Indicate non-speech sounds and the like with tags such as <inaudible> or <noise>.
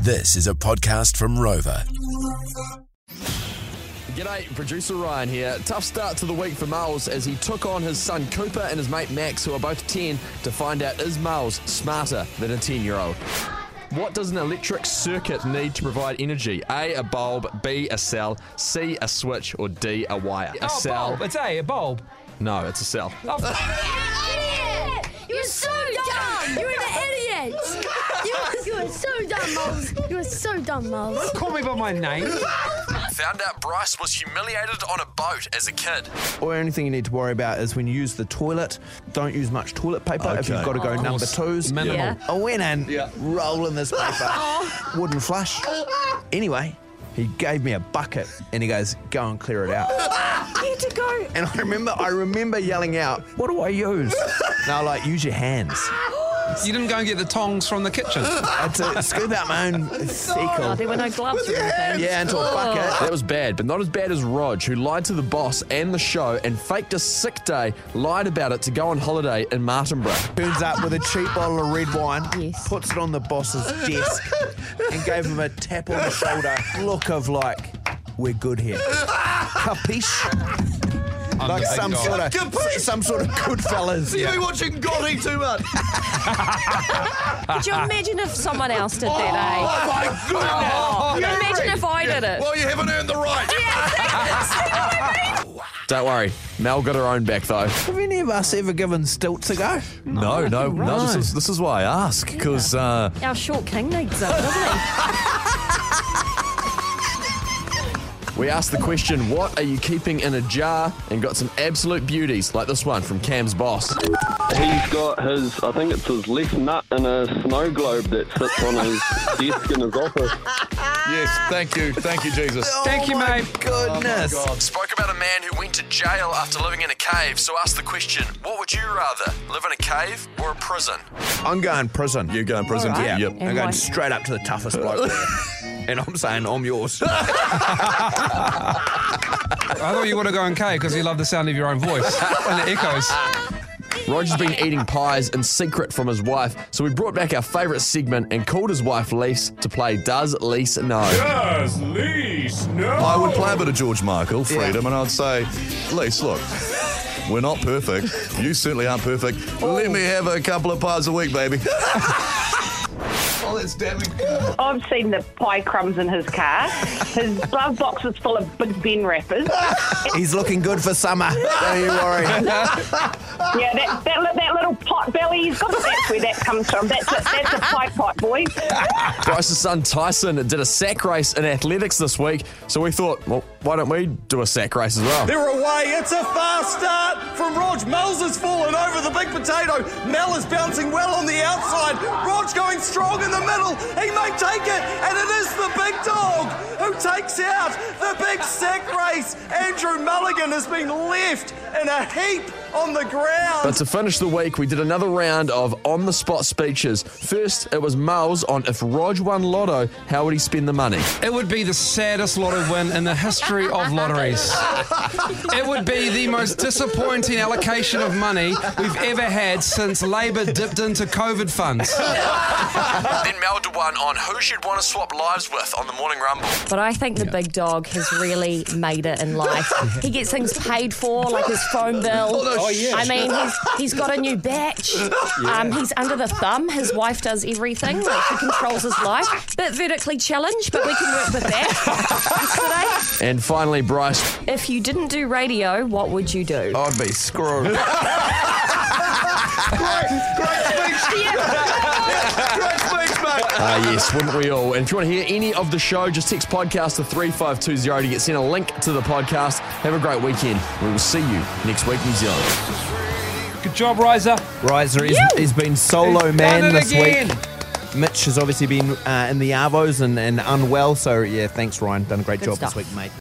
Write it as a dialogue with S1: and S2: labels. S1: This is a podcast from Rover.
S2: G'day, producer Ryan here. Tough start to the week for Miles as he took on his son Cooper and his mate Max, who are both 10, to find out is Miles smarter than a 10 year old? What does an electric circuit need to provide energy? A, a bulb, B, a cell, C, a switch, or D, a wire? A
S3: oh,
S2: cell.
S3: bulb. It's Oh, A, a bulb.
S2: No, it's a cell.
S4: You're an idiot! You're so dumb! You're an idiot! You are, you are so dumb, Moles. You are so dumb, Moles.
S3: <laughs> Call me by my name.
S2: Found out Bryce was humiliated on a boat as a kid.
S5: or anything you need to worry about is when you use the toilet, don't use much toilet paper if you've got to go number twos.
S3: Minimal. Yeah.
S5: I went in, rolling this paper, wouldn't flush. Anyway, he gave me a bucket and he goes, go and clear it out.
S6: go.
S5: And I remember, I remember yelling out, what do I use? And I like, use your hands.
S3: You didn't go and get the tongs from the <laughs> kitchen.
S5: I had to scoop out my own
S6: Oh, there
S5: fecal.
S6: were no gloves or anything.
S5: Yeah, into a
S2: Oh.
S5: bucket.
S2: That was bad, but not as bad as Rog, who lied to the boss and the show and faked a sick day, lied about it to go on holiday in Martinborough.
S5: Turns up with a cheap bottle of red wine,
S6: Yes.
S5: puts it on the boss's desk, and gave him a tap on the shoulder. Look of like, we're good here. Capiche? Like some sort of some sort of good fellas.
S3: Yeah.
S2: watching Gotti too much.
S6: Could you imagine if someone else did that,
S2: <laughs> Oh my goodness!
S6: eh? Could you imagine if I did it?
S2: you haven't earned the right. Don't worry, Mel got her own back though.
S5: Have any of us ever given stilts a go?
S7: No, no, no. This
S5: right.
S7: is this is why I ask because uh,
S6: Our short king needs it, doesn't he?
S2: We asked the question, what are you keeping in a jar? And got some absolute beauties like this one from Cam's boss.
S8: He's got his, I think it's his left nut in a snow globe that sits on his desk in his office.
S7: yes, thank you, thank you, Jesus.
S3: Thank you, mate.
S5: Goodness.
S2: Spoke about a man who went to jail after living in a cave, so asked the question, what would you rather, live in a cave or a prison?
S5: I'm going prison.
S7: You go in prison.
S6: All
S5: Yeah.
S6: right.
S7: Yep.
S6: And
S5: I'm
S6: why?
S5: going straight up to the toughest bloke. and I'm saying I'm yours.
S3: I thought you would have gone K because you love the sound of your own <laughs> voice and it echoes.
S2: Roger's been eating pies in secret from his wife, so we brought back our favourite segment and called his wife Lise to play Does Lise Know?
S7: I would play a bit of George Michael, freedom, and I'd say, Lise, look, we're not perfect. You certainly aren't perfect. Let me have a couple of pies a week, baby. <laughs>
S9: I've seen the pie crumbs in his car. His glove box was full of Big Ben wrappers.
S5: He's looking good for summer. Don't you
S10: <laughs>
S5: worry.
S9: Yeah, that, that, li- that little pot belly he's got, that's where that comes from. That's a, that's a pie pot, boy.
S2: Bryce's son Tyson did a sack race in athletics this week, so we thought, well, why don't we do a sack race as well?
S10: They're away. It's a fast start from Rog. Mel's has fallen over the big potato. Mel is bouncing well on the outside. Rog going strong in the middle. He may take it, and it is the big dog who takes out the big sack race. Andrew Mulligan has been left in a heap on the ground.
S2: But to finish the week, we did another round of on the spot speeches. First, it was Miles on if Rog won Lotto, how would he spend the money?
S3: It would be the saddest lotto win in the history of lotteries. It would be the most disappointing allocation of money we've ever had since Labour dipped into COVID funds.
S2: then Mel did one on who should want to swap lives with on the morning rumble.
S6: But I think the big dog has really made it in life. He gets things paid for, like his phone bill. Oh, yeah. I mean, he's, he's got a new batch. Um, he's under the thumb. His wife does everything. Like she controls his life. Bit vertically challenged, but we can work with that. Yesterday,
S2: And finally, Bryce
S6: if you didn't do radio, what would you do?
S5: I'd be screwed. great, <laughs> great speech. <laughs> great speech, mate.
S2: Ah, yes, wouldn't we all? And if you want to hear any of the show, just text podcast to 3520 to get sent a link to the podcast. Have a great weekend. We will see you next week, New Zealand.
S3: Good job, Riser.
S5: Riser, he's, he's been solo
S3: He's
S5: man
S3: done it
S5: this
S3: again.
S5: week. Mitch has obviously been uh, in the Arvos and, and unwell, so yeah, thanks, Ryan. Done a great job
S6: stuff.
S5: this week, mate.